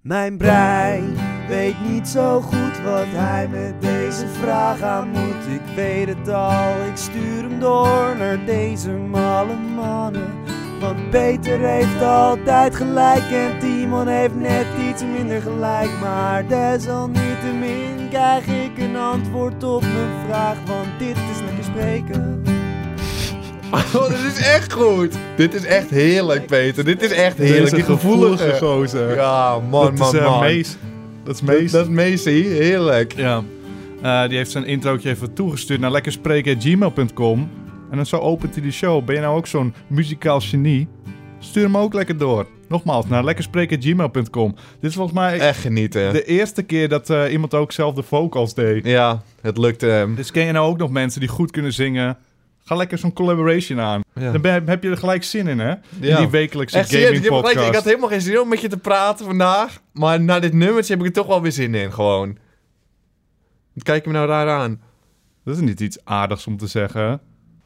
Mijn brein weet niet zo goed wat hij met deze vraag aan moet. Ik weet het al, ik stuur hem door naar deze malle mannen. Want Peter heeft altijd gelijk en Timon heeft net iets minder gelijk. Maar desalniettemin krijg ik een antwoord op mijn vraag, want dit is lekker spreken. Oh, dit is echt goed. Dit is echt heerlijk, Peter. Dit is echt heerlijk. Deze Die gevoelige. gozer. Ja, man, dat, man, is, eh, man. Mees. dat is Dat, Mees. dat is Macy, heerlijk. Ja. Eh, die heeft zijn introotje even toegestuurd naar lekkerspreken.gmail.com. En dan zo opent hij de show. Ben je nou ook zo'n muzikaal genie? Stuur hem ook lekker door. Nogmaals, naar lekkerspreken.gmail.com. Dit is volgens mij Echt genieten. de eerste keer dat eh, iemand ook zelf de vocals deed. Ja, het lukte hem. Dus ken je nou ook nog mensen die goed kunnen zingen? Ga lekker zo'n collaboration aan. Ja. Dan ben- heb je er gelijk zin in, hè? In Ja. die wekelijkse Echt serieus, gaming je hebt gelijk, ik had podcast. helemaal geen zin om met je te praten vandaag. Maar na dit nummertje heb ik er toch wel weer zin in, gewoon. Wat Kijk je me nou raar aan. Dat is niet iets aardigs om te zeggen.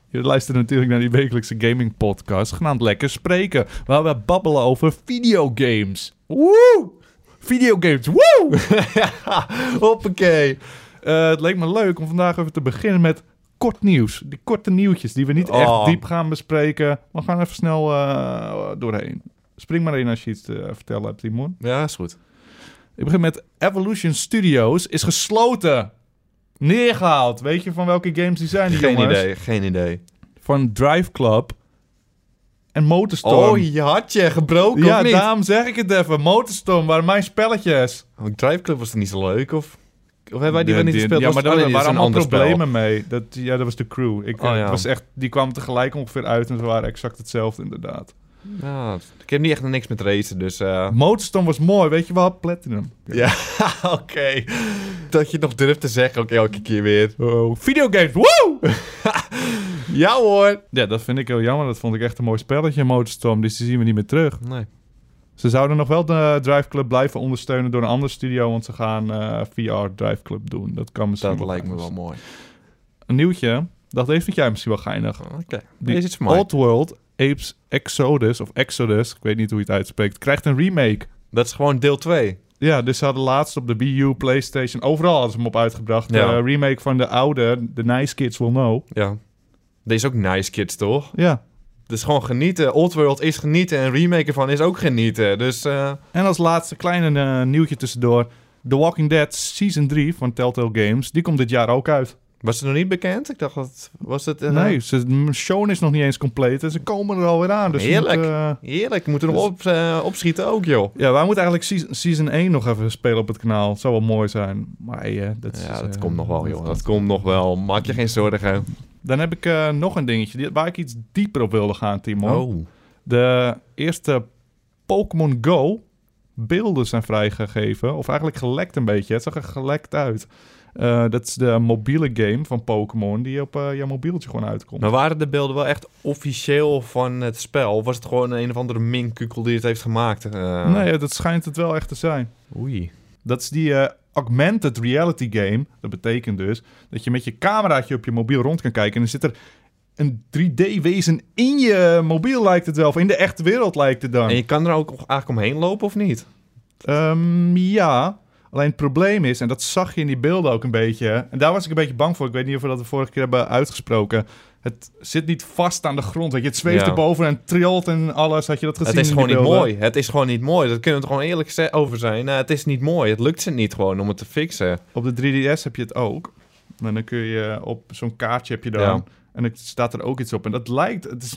Je luistert natuurlijk naar die wekelijkse gaming podcast, genaamd Lekker Spreken, waar we babbelen over videogames. Woe! Videogames, woe! Hoppakee. Eh, het leek me leuk om vandaag even te beginnen met kort nieuws. Die korte nieuwtjes die we niet Oh. echt diep gaan bespreken. We gaan even snel eh, doorheen. Spring maar in als je iets te vertellen hebt, Timon. Ja, is goed. Ik begin met Evolution Studios is gesloten. Neergehaald. Weet je van welke games die zijn, die Geen jongens? idee, geen idee. Van Drive Club en Motorstorm. Oh, je had je gebroken ja, of niet? daarom zeg ik het even. Motorstorm waren mijn spelletjes. Want Drive Club was het niet zo leuk, of? Of hebben wij die De- wel niet de- gespeeld? Ja, Was maar het- daar oh, waren nee, dit is een allemaal ander spel. problemen mee. Dat, ja, dat was de crew. Ik, Oh, ja. het was echt, die kwamen tegelijk ongeveer uit en ze waren exact hetzelfde inderdaad. Ja, ik heb niet echt niks met racen, dus... eh, Motorstorm was mooi, weet je wel? Platinum. Ja, Ah, oké. Dat je het nog durft te zeggen ook elke keer weer. Oh, videogames, woe! Ja hoor. ja, dat vind ik heel jammer. Dat vond ik echt een mooi spelletje, Motorstorm. Dus die zien we niet meer terug. Nee. Ze zouden nog wel de Drive Club blijven ondersteunen door een andere studio, want ze gaan eh, VR Drive Club doen. Dat kan misschien Dat wel lijkt me anders. wel mooi. Een nieuwtje, dat heeft vind jij misschien wel geinig. Oké. Die Deze is voor mij. Oddworld Apes Exodus, of Exodus, ik weet niet hoe je het uitspreekt, krijgt een remake. Dat is gewoon deel 2. Ja, dus ze hadden laatst op de Wii U, PlayStation, overal hadden ze hem op uitgebracht. De Ja. remake van de oude, The Nice Kids Will Know. Ja. Deze is ook nice kids, toch? Ja. Dus gewoon genieten. Old World is genieten en een remake ervan is ook genieten. Dus eh, En als laatste kleine eh, nieuwtje tussendoor. The Walking Dead Season 3 van Telltale Games, die komt dit jaar ook uit. was het nog niet bekend? Ik dacht, dat was het... eh, Nee, ze, de show is nog niet eens compleet en ze komen er alweer aan. Dus we Heerlijk. moeten, eh, Heerlijk, we moeten nog Dus- op, eh, opschieten ook, joh. ja, wij moeten eigenlijk season, season 1 nog even spelen op het kanaal. Het zou wel mooi zijn. Maar hey, eh, dat, is, Ja, eh, dat komt nog wel, dat joh. komt. Mm. Dat komt nog wel. Maak je geen zorgen. Dan heb ik eh, nog een dingetje die- waar ik iets dieper op wilde gaan, Timon. Oh. Nou, De eerste Pokémon Go beelden zijn vrijgegeven. Of eigenlijk gelekt een beetje. Het zag er gelekt uit. Eh, dat is de mobiele game van Pokémon die op eh, jouw mobieltje gewoon uitkomt. Maar nou waren de beelden wel echt officieel van het spel? Of was het gewoon een of andere minkukel die het heeft gemaakt? Eh, Nee, dat schijnt het wel echt te zijn. Oei. Dat is die eh, augmented reality game. Dat betekent dus dat je met je cameraatje op je mobiel rond kan kijken. En dan zit er een 3D-wezen in je mobiel, lijkt het wel. Of in de echte wereld lijkt het dan. En je kan er ook eigenlijk omheen lopen of niet? Ehm, ja, alleen het probleem is, en dat zag je in die beelden ook een beetje. hè, En daar was ik een beetje bang voor. Ik weet niet of we dat de vorige keer hebben uitgesproken. Het zit niet vast aan de grond. Weet je, het zweeft Ja. erboven en trilt en alles. Had je dat gezien? Het is in gewoon die niet beelden? mooi. Het is gewoon niet mooi. Dat kunnen we er gewoon eerlijk ze- over zijn. Nou, het is niet mooi. Het lukt ze niet gewoon om het te fixen. Op de 3DS heb je het ook. En dan kun je op zo'n kaartje heb je dan. Ja. En dan staat er ook iets op. En dat lijkt. Het is,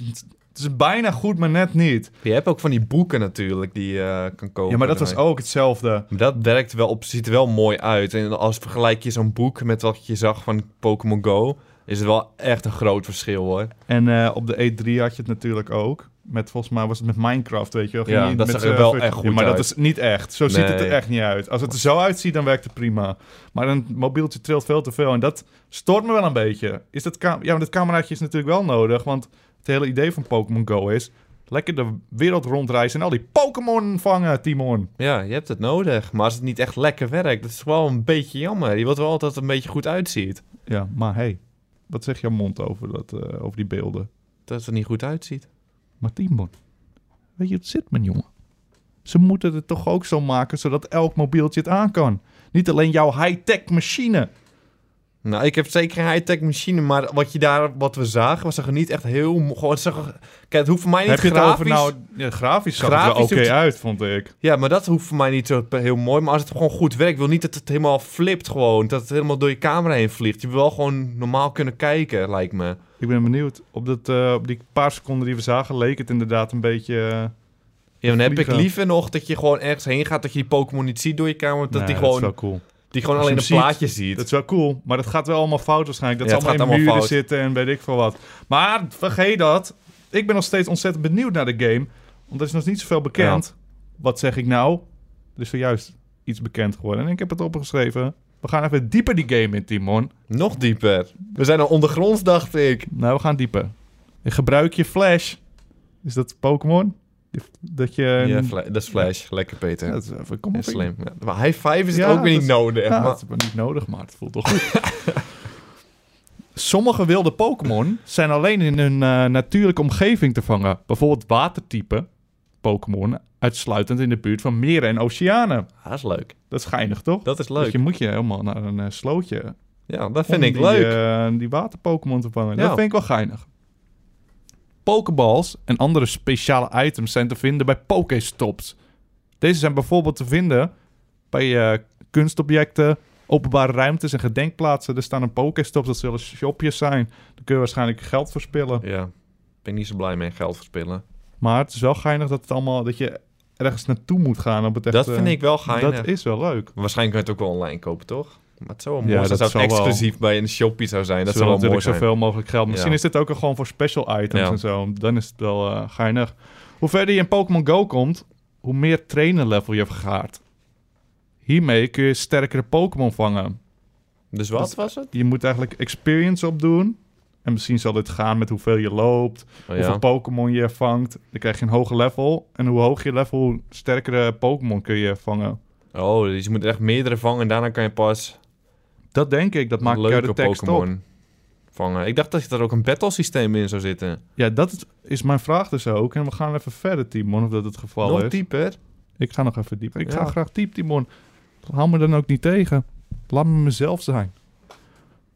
het is bijna goed, maar net niet. Je hebt ook van die boeken natuurlijk die je kan kopen. Ja, maar dat was ook hetzelfde. Maar Dat werkt wel op, ziet er wel mooi uit. En als vergelijk je zo'n boek met wat je zag van Pokémon Go, is het wel echt een groot verschil hoor. En eh, op de E3 had je het natuurlijk ook. Met, volgens mij was het met Minecraft, weet je wel. Ging Ja, je dat met, zag er eh, wel ver- echt Ja, goed Maar dat uit. is niet echt. Zo ziet het er Nee. echt niet uit. Als het er zo uitziet, dan werkt het prima. Maar een mobieltje trilt veel te veel. En dat stoort me wel een beetje. Is dat ka- ja, maar dat cameraatje is natuurlijk wel nodig. Want het hele idee van Pokémon Go is... lekker de wereld rondreizen en al die Pokémon vangen, Timon. Ja, je hebt het nodig. Maar als het niet echt lekker werkt, dat is wel een beetje jammer. Je wilt wel altijd een beetje goed uitziet. Ja, maar hey. Wat zeg jouw mond over, dat, eh, over die beelden? Dat het er niet goed uitziet. Maar Timon, weet je hoe het zit, mijn jongen? Ze moeten het toch ook zo maken zodat elk mobieltje het aan kan. Niet alleen jouw high-tech machine. Nou, ik heb zeker een high-tech machine, maar wat, je daar, wat we zagen, was er niet echt heel... mo- Gewoon, het zag er- kijk, het hoeft voor mij niet Heb je het grafisch... over nou... Ja, grafisch zag het Grafisch er oké doet- uit, vond ik. Ja, maar dat hoeft voor mij niet zo pe- heel mooi. Maar als het gewoon goed werkt, ik wil niet dat het helemaal flipt gewoon. Dat het helemaal door je camera heen vliegt. Je wil wel gewoon normaal kunnen kijken, lijkt me. Ik ben benieuwd. Op, dat, eh, op die paar seconden die we zagen leek het inderdaad een beetje... eh, Ja, dan heb ik Vliegen. liever nog dat je gewoon ergens heen gaat... dat je die Pokémon niet ziet door je camera. Dat nee, die gewoon, is wel cool. die gewoon Als je alleen een hem ziet, plaatje ziet. Dat is wel cool, maar dat gaat wel allemaal fout waarschijnlijk. Dat Ja, ze het allemaal in gaat muren allemaal zitten en weet ik veel wat. Maar vergeet dat. Ik ben nog steeds ontzettend benieuwd naar de game. Want er is nog niet zoveel bekend. Wat zeg ik nou? Er is zojuist iets bekend geworden. En ik heb het opgeschreven. We gaan even dieper die game in, Timon. Nog dieper. We zijn al ondergronds, dacht ik. Nou, we gaan dieper. Je gebruik je Flash. Is dat Pokémon? Die- Dat je... ja, Fla- dat is Flash. Lekker, Peter. Ja, dat is even- kom op, Dat is ik- slim. Ja, Maar high five is het Ja, ook weer dat niet is- nodig. Ja, maar- dat is maar niet nodig, maar het voelt toch goed. Sommige wilde Pokémon zijn alleen in hun eh, natuurlijke omgeving te vangen. Bijvoorbeeld watertype Pokémon, uitsluitend in de buurt van meren en oceanen. dat is leuk. Dat is geinig, toch? Dat is Dus leuk. je moet je helemaal naar een eh, slootje Ja, dat vind om ik die, leuk. eh, die waterpokémon te vangen. Ja. Dat vind ik wel geinig. Pokeballs en andere speciale items zijn te vinden bij Pokéstops. Deze zijn bijvoorbeeld te vinden bij eh, kunstobjecten, openbare ruimtes en gedenkplaatsen. Er staan een Pokéstop, dat zullen shopjes zijn. Daar kun je waarschijnlijk geld verspillen. Ja. Ben ik niet zo blij mee geld verspillen. Maar het is wel geinig dat, het allemaal, dat je ergens naartoe moet gaan. Op het dat echte- vind ik wel geinig. eh, Dat is wel leuk. Waarschijnlijk kun je het ook wel online kopen, toch? Maar het zou wel Ja, mooi zijn dat als het zou wel- exclusief bij een shoppie zou zijn. Dat Ze willen zou wel mooi natuurlijk zijn. zoveel mogelijk geld. Misschien Ja. is dit ook gewoon voor special items Ja. en zo. Dan is het wel eh geinig. Hoe verder je in Pokémon Go komt, hoe meer trainer level je vergaart. Hiermee kun je sterkere Pokémon vangen. Dus wat Dat- was het? Je moet eigenlijk experience opdoen. En misschien zal dit gaan met hoeveel je loopt, Oh, ja. hoeveel Pokémon je vangt. Dan krijg je een hoger level. En hoe hoog je level, hoe sterkere Pokémon kun je vangen. oh, dus je moet echt meerdere vangen en daarna kan je pas Dat denk ik, dat maak ik uit leuke de tekst op. Pokémon vangen. Ik dacht dat er ook een battle systeem in zou zitten. Ja, dat is- is mijn vraag dus ook. En we gaan even verder, Timon, of dat het geval Nog is. dieper. Ik ga nog even dieper. Ik ga Ja. graag diep, Timon. Hou me dan ook niet tegen. Laat me mezelf zijn.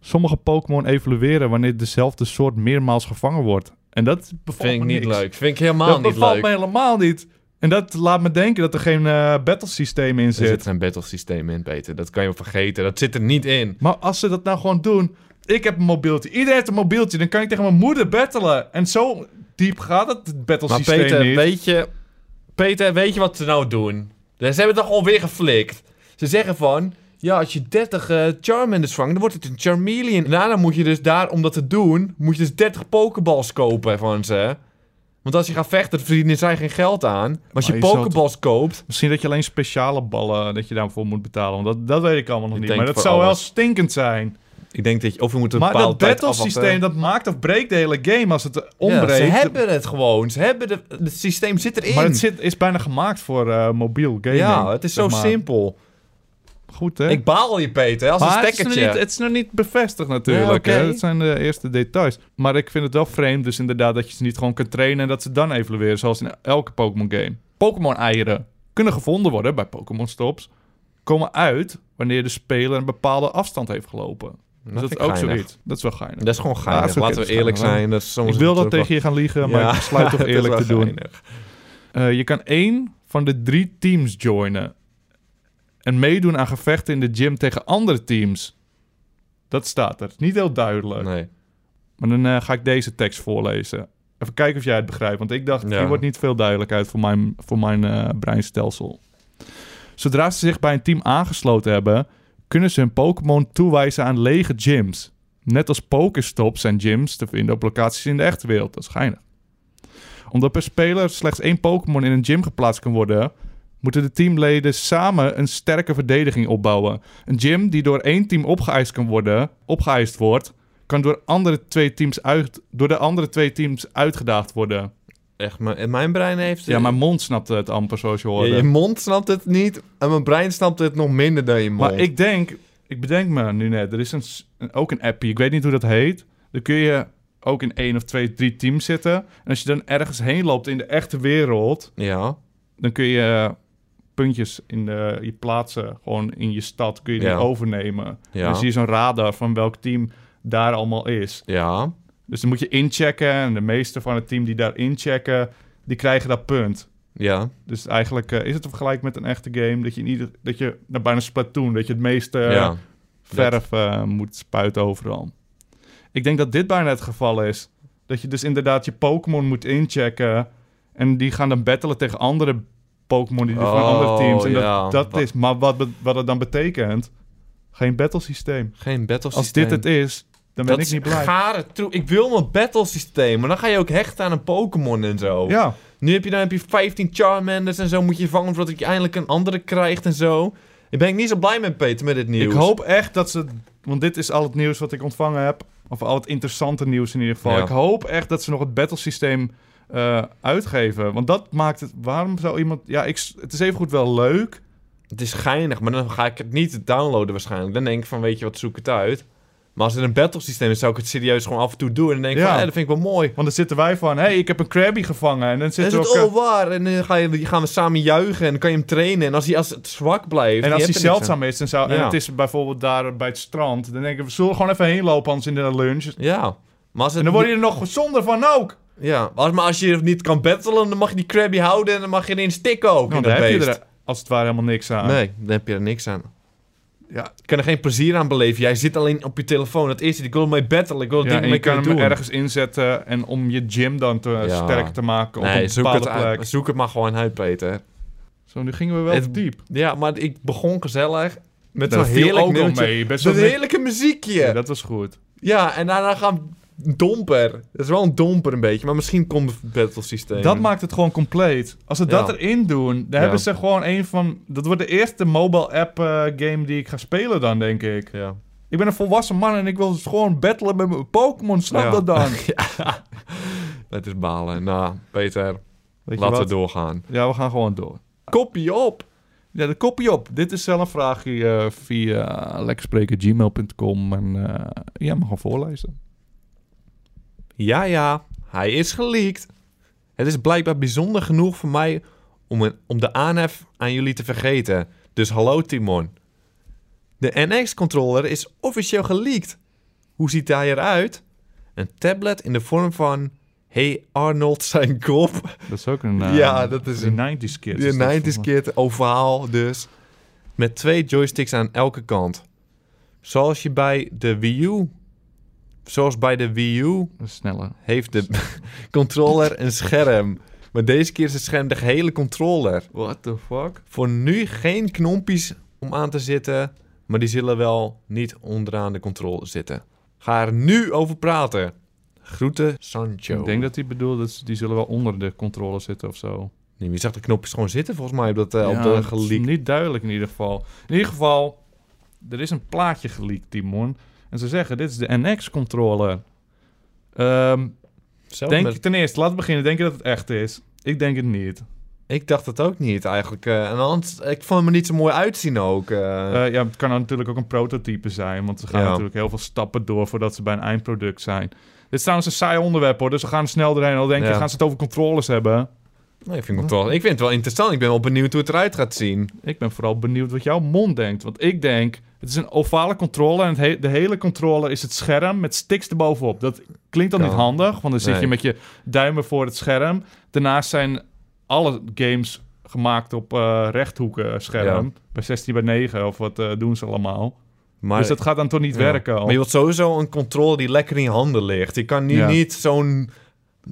Sommige Pokémon evolueren wanneer dezelfde soort meermaals gevangen wordt. En dat bevalt Vind ik me niet niks. leuk. Vind ik helemaal Dat niet bevalt leuk. me helemaal niet. En dat laat me denken dat er geen eh battle systeem in Er zit. zit een battle systeem in, Peter. Dat kan je vergeten. Dat zit er niet in. Maar als ze dat nou gewoon doen. Ik heb een mobieltje. Iedereen heeft een mobieltje. Dan kan ik tegen mijn moeder battelen. En zo diep gaat het battle Maar systeem Peter, niet. weet je... Peter, weet je wat ze nou doen? Ze hebben het toch alweer geflikt. Ze zeggen van... Ja, als je 30 eh, Charmanders vangt, dan wordt het een Charmeleon. En daarna moet je dus daar, om dat te doen... moet je dus 30 Pokeballs kopen van ze. Want als je gaat vechten, dan verdienen zij geen geld aan. Maar als Maar je je zou Pokeballs koopt... Misschien dat je alleen speciale ballen eh, dat je daarvoor moet betalen. Want dat, dat weet ik allemaal nog Ik niet. denk Maar dat voor zou wel alles. stinkend zijn. Ik denk dat je... Of je moet een maar dat bepaalde tijd eh. battle systeem, dat maakt of breekt de hele game als het eh, Ja, ze ombreekt. hebben het gewoon. Ze hebben de, het systeem zit erin. maar het zit, is bijna gemaakt voor eh, mobiel gaming. ja, het is zeg zo maar. simpel. Goed, hè? Ik baal je, Peter, als maar een het is, nog stekkertje. niet, het is nog niet bevestigd natuurlijk. Ja, hè. oké. Dat zijn de eerste details. Maar ik vind het wel vreemd dus inderdaad dat je ze niet gewoon kan trainen... en dat ze dan evolueren, zoals in elke Pokémon game. Pokémon-eieren kunnen gevonden worden bij Pokémon Stops... komen uit wanneer de speler een bepaalde afstand heeft gelopen. Dus dat, vind is ik ook geinig. zoiets. Dat is wel geinig. Dat is gewoon Ja, geinig. dat is oké, Laten dat we is eerlijk geinig, zijn. Dat is soms Ik wil dat tegen je gaan liegen, maar ik besluit toch eerlijk te doen. Eh, je kan één van de drie teams joinen. En meedoen aan gevechten in de gym tegen andere teams. Dat staat er. Niet heel duidelijk. Nee. Maar dan eh, ga ik deze tekst voorlezen. Even kijken of jij het begrijpt. Want ik dacht, Ja. hier wordt niet veel duidelijkheid voor mijn, voor mijn eh, breinstelsel. Zodra ze zich bij een team aangesloten hebben, kunnen ze hun Pokémon toewijzen aan lege gyms. Net als Pokéstops zijn gyms te vinden op locaties in de echte wereld. Dat is geinig. Omdat per speler slechts één Pokémon in een gym geplaatst kan worden, moeten de teamleden samen een sterke verdediging opbouwen. Een gym die door één team opgeëist kan worden, opgeëist wordt, kan door, andere twee teams uit, door de andere twee teams uitgedaagd worden. Echt, mijn, mijn brein heeft... Ja, mijn mond snapte het amper, zoals je hoorde. Je, je mond snapt het niet en mijn brein snapt het nog minder dan je mond. Maar ik denk, ik bedenk me nu net, er is een, s- een- ook een appje, ik weet niet hoe dat heet. Dan kun je ook in één of twee, drie teams zitten. En als je dan ergens heen loopt in de echte wereld, Ja. dan kun je puntjes in de, je plaatsen, gewoon in je stad, kun je die Ja. overnemen. Ja. En dan zie Dus je zo'n radar van welk team daar allemaal is. Ja. Dus dan moet je inchecken en de meeste van het team die daar inchecken, die krijgen dat punt. Ja. Dus eigenlijk eh, is het te vergelijken met een echte game dat je, in ieder, dat je nou, bijna Splatoon, dat je het meeste eh, ja. verf eh, moet spuiten overal. Ik denk dat dit bijna het geval is. Dat je dus inderdaad je Pokémon moet inchecken. En die gaan dan battelen tegen andere Pokémon die van Oh, andere teams. En ja. dat, dat Wat- is. Maar wat, be- wat het dan betekent, geen battlesysteem. Geen battle systeem. Als dit het is, dan ben dat ik niet blij. Is gare troe- ik wil mijn battle systeem, maar dan ga je ook hechten aan een Pokémon en zo. Ja, Nu heb je, dan heb je 15 Charmanders en zo moet je vangen voordat je eindelijk een andere krijgt en zo. Ik ben ik niet zo blij met Peter met dit nieuws. ik hoop echt dat ze. Want dit is al het nieuws wat ik ontvangen heb. Of al het interessante nieuws in ieder geval. Ja. Ik hoop echt dat ze nog het battlesysteem eh uitgeven. Want dat maakt het. Waarom zou iemand. Ja, ik, s- het is evengoed wel leuk. Het is geinig, maar dan ga ik het niet downloaden waarschijnlijk. Dan denk ik van, weet je wat, zoek het uit. Maar als het een battle systeem is, zou ik het serieus gewoon af en toe doen. En dan denk ik Ja. van, hé, dat vind ik wel mooi. Want dan zitten wij van, hé, hey, ik heb een Krabby gevangen. En dan Dan is zitten het we ook, eh, al waar. En dan ga je, gaan we samen juichen en dan kan je hem trainen. En als hij als het zwak blijft... en als je die hebt er niks aan. zeldzaam is, dan zou, en Ja. het is bijvoorbeeld daar bij het strand. Dan denken we, we zullen gewoon even heen lopen, anders in de lunch. Ja. Maar als het En dan word je er nog gezonder van ook. Ja, als, maar als je niet kan battelen, dan mag je die Krabby houden en dan mag je erin stikken ook. Want in Nou, dan dat heb je beest. er als het ware helemaal niks aan. Nee, dan heb je er niks aan. Ja, Je kan er geen plezier aan beleven. Jij zit alleen op je telefoon. Dat is het. Ik wil mee battlen. Ik wil ja, dingen en mee je kan kunnen hem doen. ergens inzetten en om je gym dan te, Ja. sterk te maken. Op nee, een zoek het, bepaalde uit. plek. zoek het maar gewoon uit, Peter. Zo, nu gingen we wel Het- diep. Ja, maar ik begon gezellig met Dat zo'n viel heerlijk ook al nummertje. mee. Best Zo'n wel met- heerlijke muziekje. Ja, Ja, dat was goed. en daarna gaan we domper. Dat is wel een domper een beetje, maar misschien komt het battle systeem. Dat maakt het gewoon compleet. Als ze dat Ja. erin doen, dan Ja. hebben ze gewoon een van... Dat wordt de eerste mobile app eh, game die ik ga spelen dan, denk ik. Ja. Ik ben een volwassen man en ik wil dus gewoon battelen met mijn Pokémon. Snap Ja. dat dan? Dat is balen. Nou, Peter, Weet je laten we wat? doorgaan. Ja, we gaan gewoon door. Kopie op. Ja, de kopie op. Dit is zelf een vraagje eh, via lekkerspreken.gmail.com. En eh, ja, mag gewoon voorlezen. Ja, ja, hij is geleakt. Het is blijkbaar bijzonder genoeg voor mij om, een, om de aanhef aan jullie te vergeten. Dus hallo Timon. De NX-controller is officieel geleakt. Hoe ziet hij eruit? Een tablet in de vorm van... Hey Arnold zijn kop. Dat is ook een... eh, Ja, dat is een- een 90s kid. De is dat 90s voor- kit, ovaal dus. Met twee joysticks aan elke kant. Zoals je bij de Wii U... Zoals bij de Wii U Dat is Sneller. heeft de controller een scherm. Maar deze keer is het scherm de gehele controller. What the fuck? Voor nu geen knopjes om aan te zitten. Maar die zullen wel niet onderaan de controle zitten. Ga er nu over praten. Groeten, Sancho. Ik denk dat hij bedoelt dat ze- die zullen wel onder de controle zitten of zo. Nee, maar je zag de knopjes gewoon zitten volgens mij op, dat, eh, op Ja, de dat is geleak. Niet duidelijk in ieder geval. In ieder geval, er is een plaatje geleakt, Timon. En ze zeggen, dit is de NX-controller. Ehm Zelf denk Oh, met- je ten eerste, laten we beginnen. Denk je dat het echt is? Ik denk het niet. Ik dacht dat ook niet eigenlijk. eh, en anders, ik vond hem er niet zo mooi uitzien ook. eh. Eh, ja, het kan natuurlijk ook een prototype zijn. Want ze gaan Ja. natuurlijk heel veel stappen door voordat ze bij een eindproduct zijn. Dit is trouwens een saai onderwerp hoor. Dus we gaan er snel doorheen. Al denk je, Ja. gaan ze het over controllers hebben? nee, ik, vind het wel, ik vind het wel interessant. Ik ben wel benieuwd hoe het eruit gaat zien. Ik ben vooral benieuwd wat jouw mond denkt. Want ik denk, het is een ovale controller. En het he- de hele controller is het scherm met sticks erbovenop. Dat klinkt dan Kan. niet handig. Want dan zit je Nee. met je duimen voor het scherm. Daarnaast zijn alle games gemaakt op eh rechthoeken scherm. Bij 16 bij 9 of wat eh, doen ze allemaal. Maar dus dat gaat dan toch niet Ja. werken. al. Maar je wilt sowieso een controle die lekker in je handen ligt. Je kan niet, Ja. niet zo'n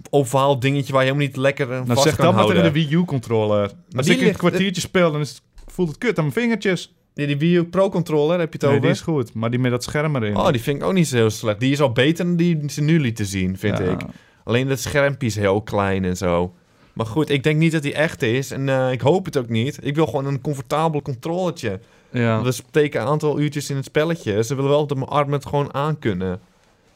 ovaal dingetje waar je helemaal niet lekker eh, Nou, vast zeg kan dat maar houden. tegen de Wii U-controller. Als die ik een ligt- kwartiertje speel, dan is het- voelt het kut aan mijn vingertjes. Ja, die Wii U Pro controller, heb je het Nee, over? die is goed, maar die met dat scherm erin. Oh, die vind ik ook niet zo heel slecht. Die is al beter dan die ze nu lieten zien, vind Ja. ik. Alleen dat schermpje is heel klein en zo. Maar goed, ik denk niet dat die echt is. En eh, ik hoop het ook niet. Ik wil gewoon een comfortabel controletje. Ja. Dat betekent een aantal uurtjes in het spelletje. Ze willen wel dat mijn arm het gewoon aan kunnen.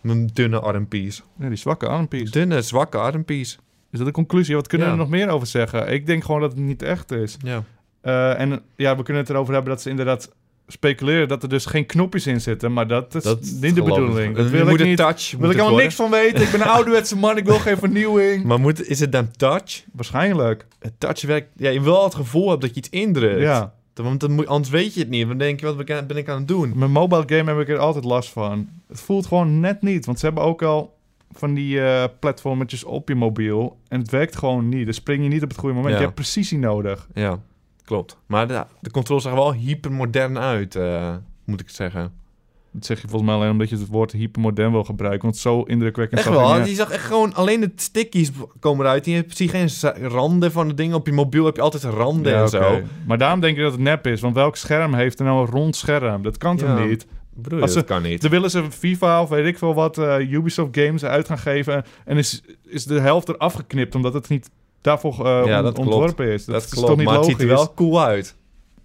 Mijn dunne armpies. Ja, die zwakke armpiece. Dunne, zwakke armpies. Is dat de conclusie? Wat kunnen we Ja. er nog meer over zeggen? Ik denk gewoon dat het niet echt is. Ja. Eh, en ja, we kunnen het erover hebben dat ze inderdaad speculeren dat er dus geen knopjes in zitten, maar dat is Dat niet de geloof ik. bedoeling. Dat Je wil moet ik een niet. Daar touch. wil ik helemaal niks van weten. Ik ben een ouderwetse man, ik wil geen vernieuwing. Maar moet, is het dan touch? Waarschijnlijk. Het touch werkt... Ja, je wil wel het gevoel hebben dat je iets indrukt. Ja. Want dan moet, anders weet je het niet. Dan denk je, wat ben ik- ben ik aan het doen? Mijn mobile game heb ik er altijd last van. Het voelt gewoon net niet, want ze hebben ook al van die eh platformetjes op je mobiel. En het werkt gewoon niet. Dan spring je niet op het goede moment. Ja. Je hebt precisie nodig. Ja, klopt. Maar de, de controles zag er wel hypermodern uit, eh, moet ik zeggen. Dat zeg je volgens mij alleen omdat je het woord hypermodern wil gebruiken. Want zo indrukwekkend Echt zag hij wel, niet je zag echt gewoon alleen de stickies komen eruit. Je hebt precies geen za- randen van de dingen. Op je mobiel heb je altijd randen Ja, en zo. oké. Maar daarom denk ik dat het nep is. Want welk scherm heeft er nou een rond scherm? Dat kan toch Ja. niet? Broer, Als dat kan niet. Dan willen ze FIFA of weet ik veel wat eh, Ubisoft games uit gaan geven. En is, is de helft er afgeknipt omdat het niet daarvoor eh, Ja, on- dat klopt. ontworpen is. Dat, Dat, is klopt, toch niet maar logisch? het ziet er wel cool uit.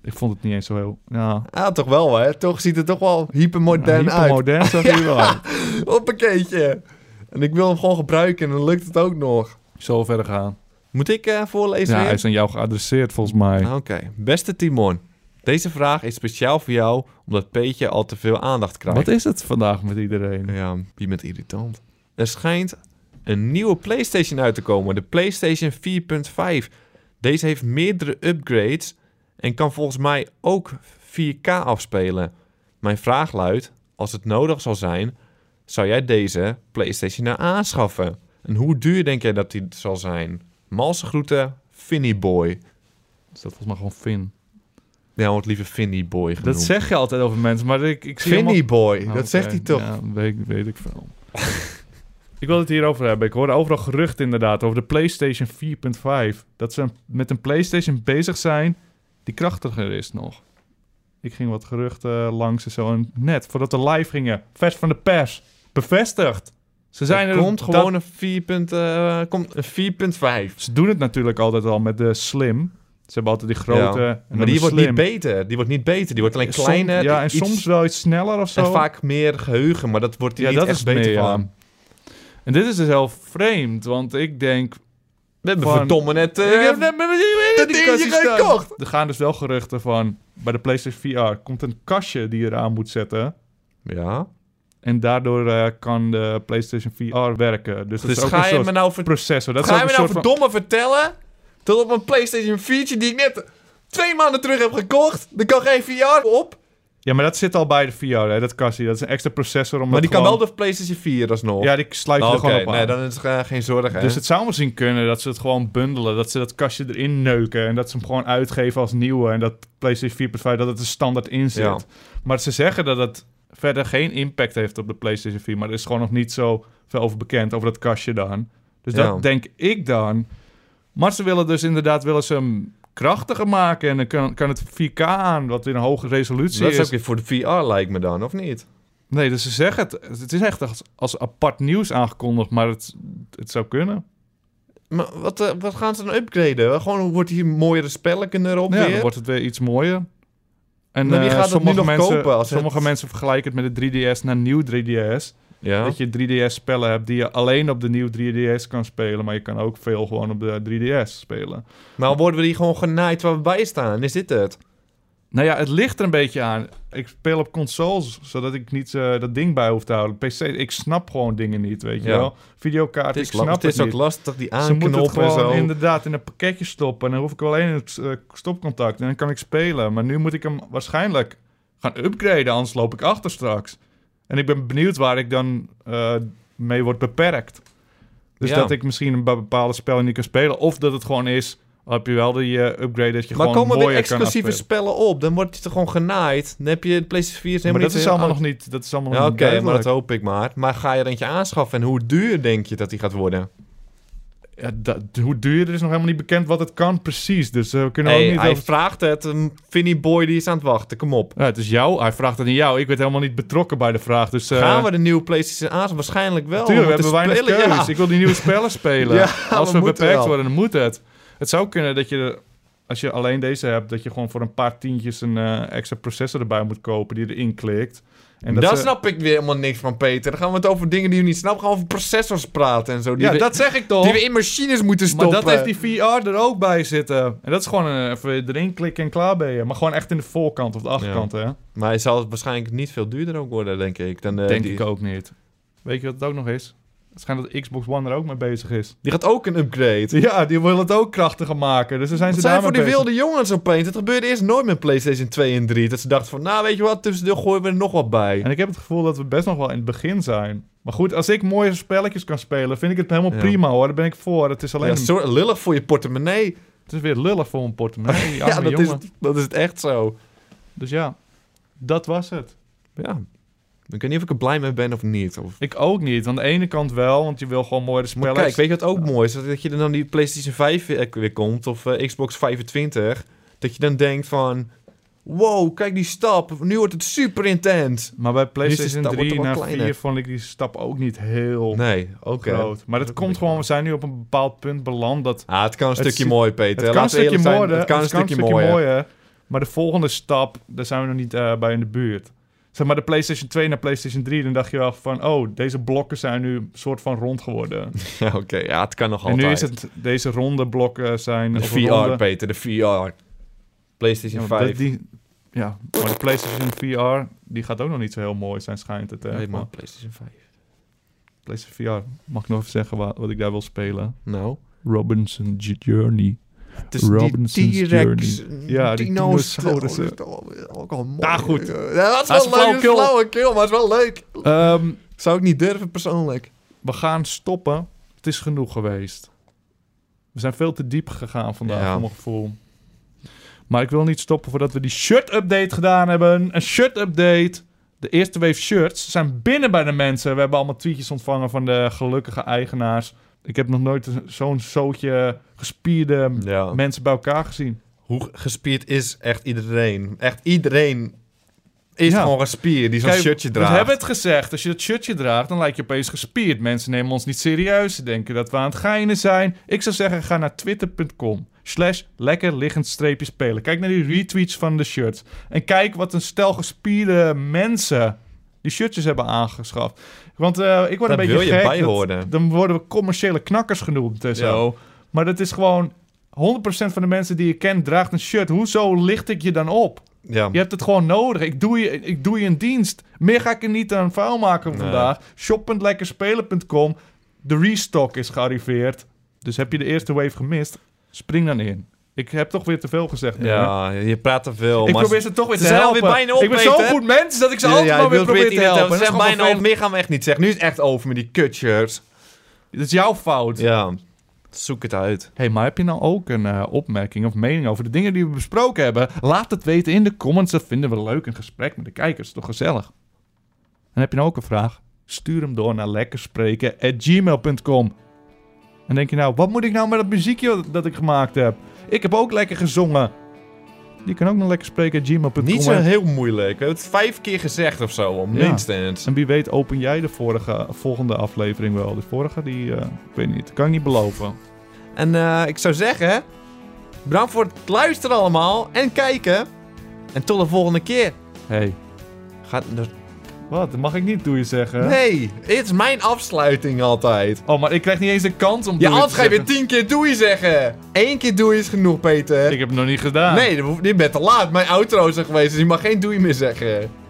Ik vond het niet eens zo heel... Ja. Ah, toch wel hè? Toch ziet het toch wel hypermodern uit. Hypermodern zag je wel uit. Op een keertje. En ik wil hem gewoon gebruiken en dan lukt het ook nog. Zo verder gaan. Moet ik eh, voorlezen Ja, weer? Nou. hij is aan jou geadresseerd volgens mij. Oké, beste Timon. Deze vraag is speciaal voor jou, omdat Peetje al te veel aandacht krijgt. Wat is het vandaag met iedereen? Ja, wie bent irritant. Er schijnt een nieuwe PlayStation uit te komen, de PlayStation 4.5. Deze heeft meerdere upgrades en kan volgens mij ook 4K afspelen. Mijn vraag luidt, als het nodig zal zijn, zou jij deze PlayStation nou aanschaffen? En hoe duur denk jij dat die zal zijn? Malse groeten, Finny Boy. Is Dus dat volgens mij gewoon Finn? Ja, wordt liever Finny Boy genoemd. Dat zeg je altijd over mensen, maar ik, ik zie Finny helemaal- Boy, Oh, dat oké. zegt hij toch? Ja, weet, ik- weet ik veel. ik wil het hierover hebben. Ik hoorde overal geruchten inderdaad over de PlayStation 4.5. Dat ze met een PlayStation bezig zijn die krachtiger is nog. Ik ging wat geruchten langs en zo. En net voordat de live gingen, vers van de pers, bevestigd. Ze zijn er er komt dat- gewoon een 4. punt, eh, komt een 4.5. Ze doen het natuurlijk altijd al met de Slim. Ze hebben altijd die grote. Ja. en dan Maar die de wordt Slim. niet beter. Die wordt niet beter. Die wordt alleen Soms- kleiner. Ja, en iets- soms wel iets sneller of zo. En vaak meer geheugen, maar dat wordt hier Ja, niet dat echt is beter beter van. En dit is dus heel vreemd, want ik denk... We hebben Van- verdomme net... eh, Ik heb net met dat die dingetje kastjes staan. gekocht. Er gaan dus wel geruchten van... Bij de PlayStation VR komt een kastje die je eraan moet zetten. Ja. En daardoor eh, kan de PlayStation VR werken. Dus dat Dus is ook ga een je soort me nou, ver- processor. Dat ga is je ook me een nou soort van... verdomme vertellen... dat op een PlayStation 4'tje die ik net twee maanden terug heb gekocht... er kan geen VR op... Ja, maar dat zit al bij de VR, hè, dat kastje. Dat is een extra processor. Om maar die dat kan gewoon- wel de PlayStation 4 alsnog. Ja, die sluit je Nou, er Oké, gewoon op aan. nee, dan is het eh, geen zorgen. hè. Dus het zou misschien kunnen dat ze het gewoon bundelen. Dat ze dat kastje erin neuken. En dat ze hem gewoon uitgeven als nieuwe. En dat PlayStation 4.5 dat het er standaard in zit. Ja. Maar ze zeggen dat het verder geen impact heeft op de PlayStation 4. Maar er is gewoon nog niet zo veel over bekend. Over dat kastje dan. Dus dat Ja. denk ik dan. Maar ze willen dus inderdaad willen ze hem krachtiger maken. En dan kan, kan het 4K aan. Wat weer een hoge resolutie dat is. is ook weer voor de VR lijkt me dan, of niet? Nee, dus ze zeggen het. Het is echt als, als apart nieuws aangekondigd. Maar het, het zou kunnen. Maar wat, eh, wat gaan ze dan upgraden? Gewoon wordt hier mooiere spelletjes erop Ja, weer? dan wordt het weer iets mooier. En Maar wie eh, gaat dat sommige, nu nog mensen, kopen als sommige het- mensen vergelijken het met de 3DS naar nieuw 3DS. Ja. Dat je 3DS-spellen hebt die je alleen op de nieuw 3DS kan spelen. Maar je kan ook veel gewoon op de 3DS spelen. Maar worden we die gewoon genaaid waar we bij staan? Is dit het? Nou ja, het ligt er een beetje aan. Ik speel op consoles, zodat ik niet eh, dat ding bij hoef te houden. PC, ik snap gewoon dingen niet, weet je Ja. wel. Videokaart, Het ik is, snap het, het is ook niet. lastig, die Ze moeten het aanknoppen en gewoon zo. inderdaad in een pakketje stoppen. En dan hoef ik alleen het eh, stopcontact. En dan kan ik spelen. Maar nu moet ik hem waarschijnlijk gaan upgraden. Anders loop ik achter straks. En ik ben benieuwd waar ik dan eh, mee word beperkt. Dus Ja. dat ik misschien een bepaalde spellen niet kan spelen. Of dat het gewoon is... Heb je wel die eh, upgrade dat je Maar gewoon komen mooier er kan exclusieve afspelen. spellen op? Dan wordt het er gewoon genaaid. Dan heb je de PlayStation 4 is Maar helemaal dat niet is meer allemaal aan- nog niet... Dat is allemaal Oh. Ja, nog oké, niet maar dat duidelijk. hoop ik maar. Maar ga je er eentje aanschaffen en hoe duur denk je dat die gaat worden? Ja, dat- hoe duur, er is nog helemaal niet bekend wat het kan precies. Dus eh, we kunnen ook Hey, niet hij over- vraagt het. Een Finny Boy die is aan het wachten, kom op. Ja, het is jou. Hij vraagt het aan jou. Ik werd helemaal niet betrokken bij de vraag. Dus, eh, Gaan we de nieuwe PlayStation aanschaffen? Waarschijnlijk wel. Tuurlijk, we want hebben weinig de spellen- keus. Ik wil die nieuwe spellen spelen. Ja, Als we we moeten beperkt wel. worden, dan moet het. Het zou kunnen dat je als je alleen deze hebt, dat je gewoon voor een paar tientjes een eh, extra processor erbij moet kopen die je erin klikt. En Daar ze- snap ik weer helemaal niks van, Peter. Dan gaan we het over dingen die we niet snappen. Gaan we over processors praten en zo. Die, Ja, we, dat zeg ik toch. die we in machines moeten Maar stoppen. dat heeft die VR er ook bij zitten. En dat is gewoon een, even erin klikken en klaar ben je. Maar gewoon echt in de voorkant of de achterkant, hè? Maar hij zal waarschijnlijk niet veel duurder ook worden, denk ik. Dan, eh, Denk die... ik ook niet. Weet je wat het ook nog is? Het schijnt dat de Xbox One er ook mee bezig is. Die gaat ook een upgrade. Ja, die wil het ook krachtiger maken. Dus dan zijn Het ze zijn daar voor die mee bezig. wilde jongens opeens. Dat gebeurde eerst nooit met PlayStation 2 en 3. Dat ze dachten van, nou weet je wat, tussendoor gooien we er nog wat bij. En ik heb het gevoel dat we best nog wel in het begin zijn. Maar goed, als ik mooie spelletjes kan spelen, vind ik het helemaal Ja. prima hoor. Daar ben ik voor. Het is alleen Ja, een- soort lullig voor je portemonnee. het is weer lullig voor een portemonnee. Ja, ja, dat, is, het- dat is het echt zo. Dus ja, dat was het. Ja. Ik weet niet of ik er blij mee ben of niet. Of... Ik ook niet. Aan de ene kant wel, want je wil gewoon mooie Maar spelletjes. kijk, weet je wat ook mooi is? Dat je dan aan die PlayStation 5 weer- weer komt, of eh, Xbox 25. Dat je dan denkt van... Wow, kijk die stap. Nu wordt het super intens. Maar bij Nu is PlayStation de stap 3 toch wel naar kleiner. 4 vond ik die stap ook niet heel Nee, oké. groot. Maar dat Dat komt ik- gewoon, we zijn nu op een bepaald punt beland dat... Ah, het kan een Het stukje is- mooi, Peter. het, kan een Laten we stukje eerlijk zijn. mooier, het kan een stukje mooier. Maar de volgende stap, daar zijn we nog niet eh, bij in de buurt. Zeg maar de PlayStation 2 naar PlayStation 3, dan dacht je wel van... Oh, deze blokken zijn nu een soort van rond geworden. Ja, oké. Ja, het kan nog en altijd. nu is het, deze ronde blokken zijn... De of VR, ronde- Peter. De VR. PlayStation Ja, maar 5. dat- die, ja, maar de PlayStation VR, die gaat ook nog niet zo heel mooi zijn, schijnt het. eh. Nee, Maar man. PlayStation 5. PlayStation VR, mag ik nog even zeggen wat, wat ik daar wil spelen? Nou. Robinson Journey. Het is Robinson's Dus die T-Rex. Ja, die dino's. dinosaurussen. Oh, dat is toch wel- ook al mooi. eh. Ah, goed. Ja, dat is Hij is wel leuk. Dat is flauwekul. flauwekul, maar het is wel leuk. Ehm, Zou ik niet durven, persoonlijk. we gaan stoppen. Het is genoeg geweest. We zijn veel te diep gegaan vandaag, Ja. voor mijn gevoel. Maar ik wil niet stoppen voordat we die shirt-update gedaan hebben. Een shirt-update. De eerste wave shirts zijn binnen bij de mensen. We hebben allemaal tweetjes ontvangen van de gelukkige eigenaars. Ik heb nog nooit zo'n zootje gespierde Ja. mensen bij elkaar gezien. Hoe gespierd is echt iedereen? Echt iedereen is Ja. gewoon gespierd die zo'n Kijk, shirtje We draagt. hebben het gezegd. Als je dat shirtje draagt, dan lijk je opeens gespierd. Mensen nemen ons niet serieus. Ze denken dat we aan het geinen zijn. Ik zou zeggen, ga naar twitter.com. Slash lekker liggend streepje spelen. Kijk naar die retweets van de shirts. En kijk wat een stel gespierde mensen die shirtjes hebben aangeschaft. Want eh, ik Daar word een beetje wil je gek. bij dat- horen. Dan worden we commerciële knakkers genoemd en zo. Maar dat is gewoon... 100% van de mensen die je kent draagt een shirt. Hoezo licht ik je dan op? Ja. Je hebt het gewoon nodig. Ik doe je, ik doe je een dienst. Meer ga ik er niet aan vuil maken Nee. vandaag. Shop.lekkerspelen.com. De restock is gearriveerd. Dus heb je de eerste wave gemist? Spring dan in. Ik heb toch weer te veel gezegd. nu, hè? Ja, je praat te veel. Ik maar probeer ze toch weer ze te zijn helpen. alweer bijna op, ik ben Peter. zo'n goed mens dat ik ze altijd maar ik weer wil probeer het te niet helpen. helpen. Ze Dat is zijn gewoon bijna op. vervelend. Meer gaan we echt niet zeggen. Nu is het echt over met die kutshirts. Dat is jouw fout. Ja. Zoek het uit. Hey, maar heb je nou ook een eh, opmerking of mening over de dingen die we besproken hebben? Laat het weten in de comments. Dat vinden we leuk. Een gesprek met de kijkers. Toch gezellig. En heb je nou ook een vraag? Stuur hem door naar lekkerspreken.gmail.com En denk je nou, wat moet ik nou met dat muziekje dat- dat ik gemaakt heb? Ik heb ook lekker gezongen. Die kan ook naar lekkerspreken.gmail.com. Niet zo En- heel moeilijk. We hebben het vijf keer gezegd of zo, Ja. minstens. En wie weet open jij de vorige, volgende aflevering wel. De vorige, die, eh, ik weet niet, kan ik niet beloven. En eh, ik zou zeggen, bedankt voor het luisteren allemaal en kijken. En tot de volgende keer. hey, Gaat, wat? Dat mag ik niet, doe je zeggen. Nee, dit is mijn afsluiting altijd. Oh, maar ik krijg niet eens een kans om Je doei te altijd ga je weer zeggen. tien keer doei zeggen. Eén keer doei is genoeg, Peter. Ik heb het nog niet gedaan. Nee, dat hoeft- je bent te laat. Mijn outro is er geweest, dus je mag geen doei meer zeggen.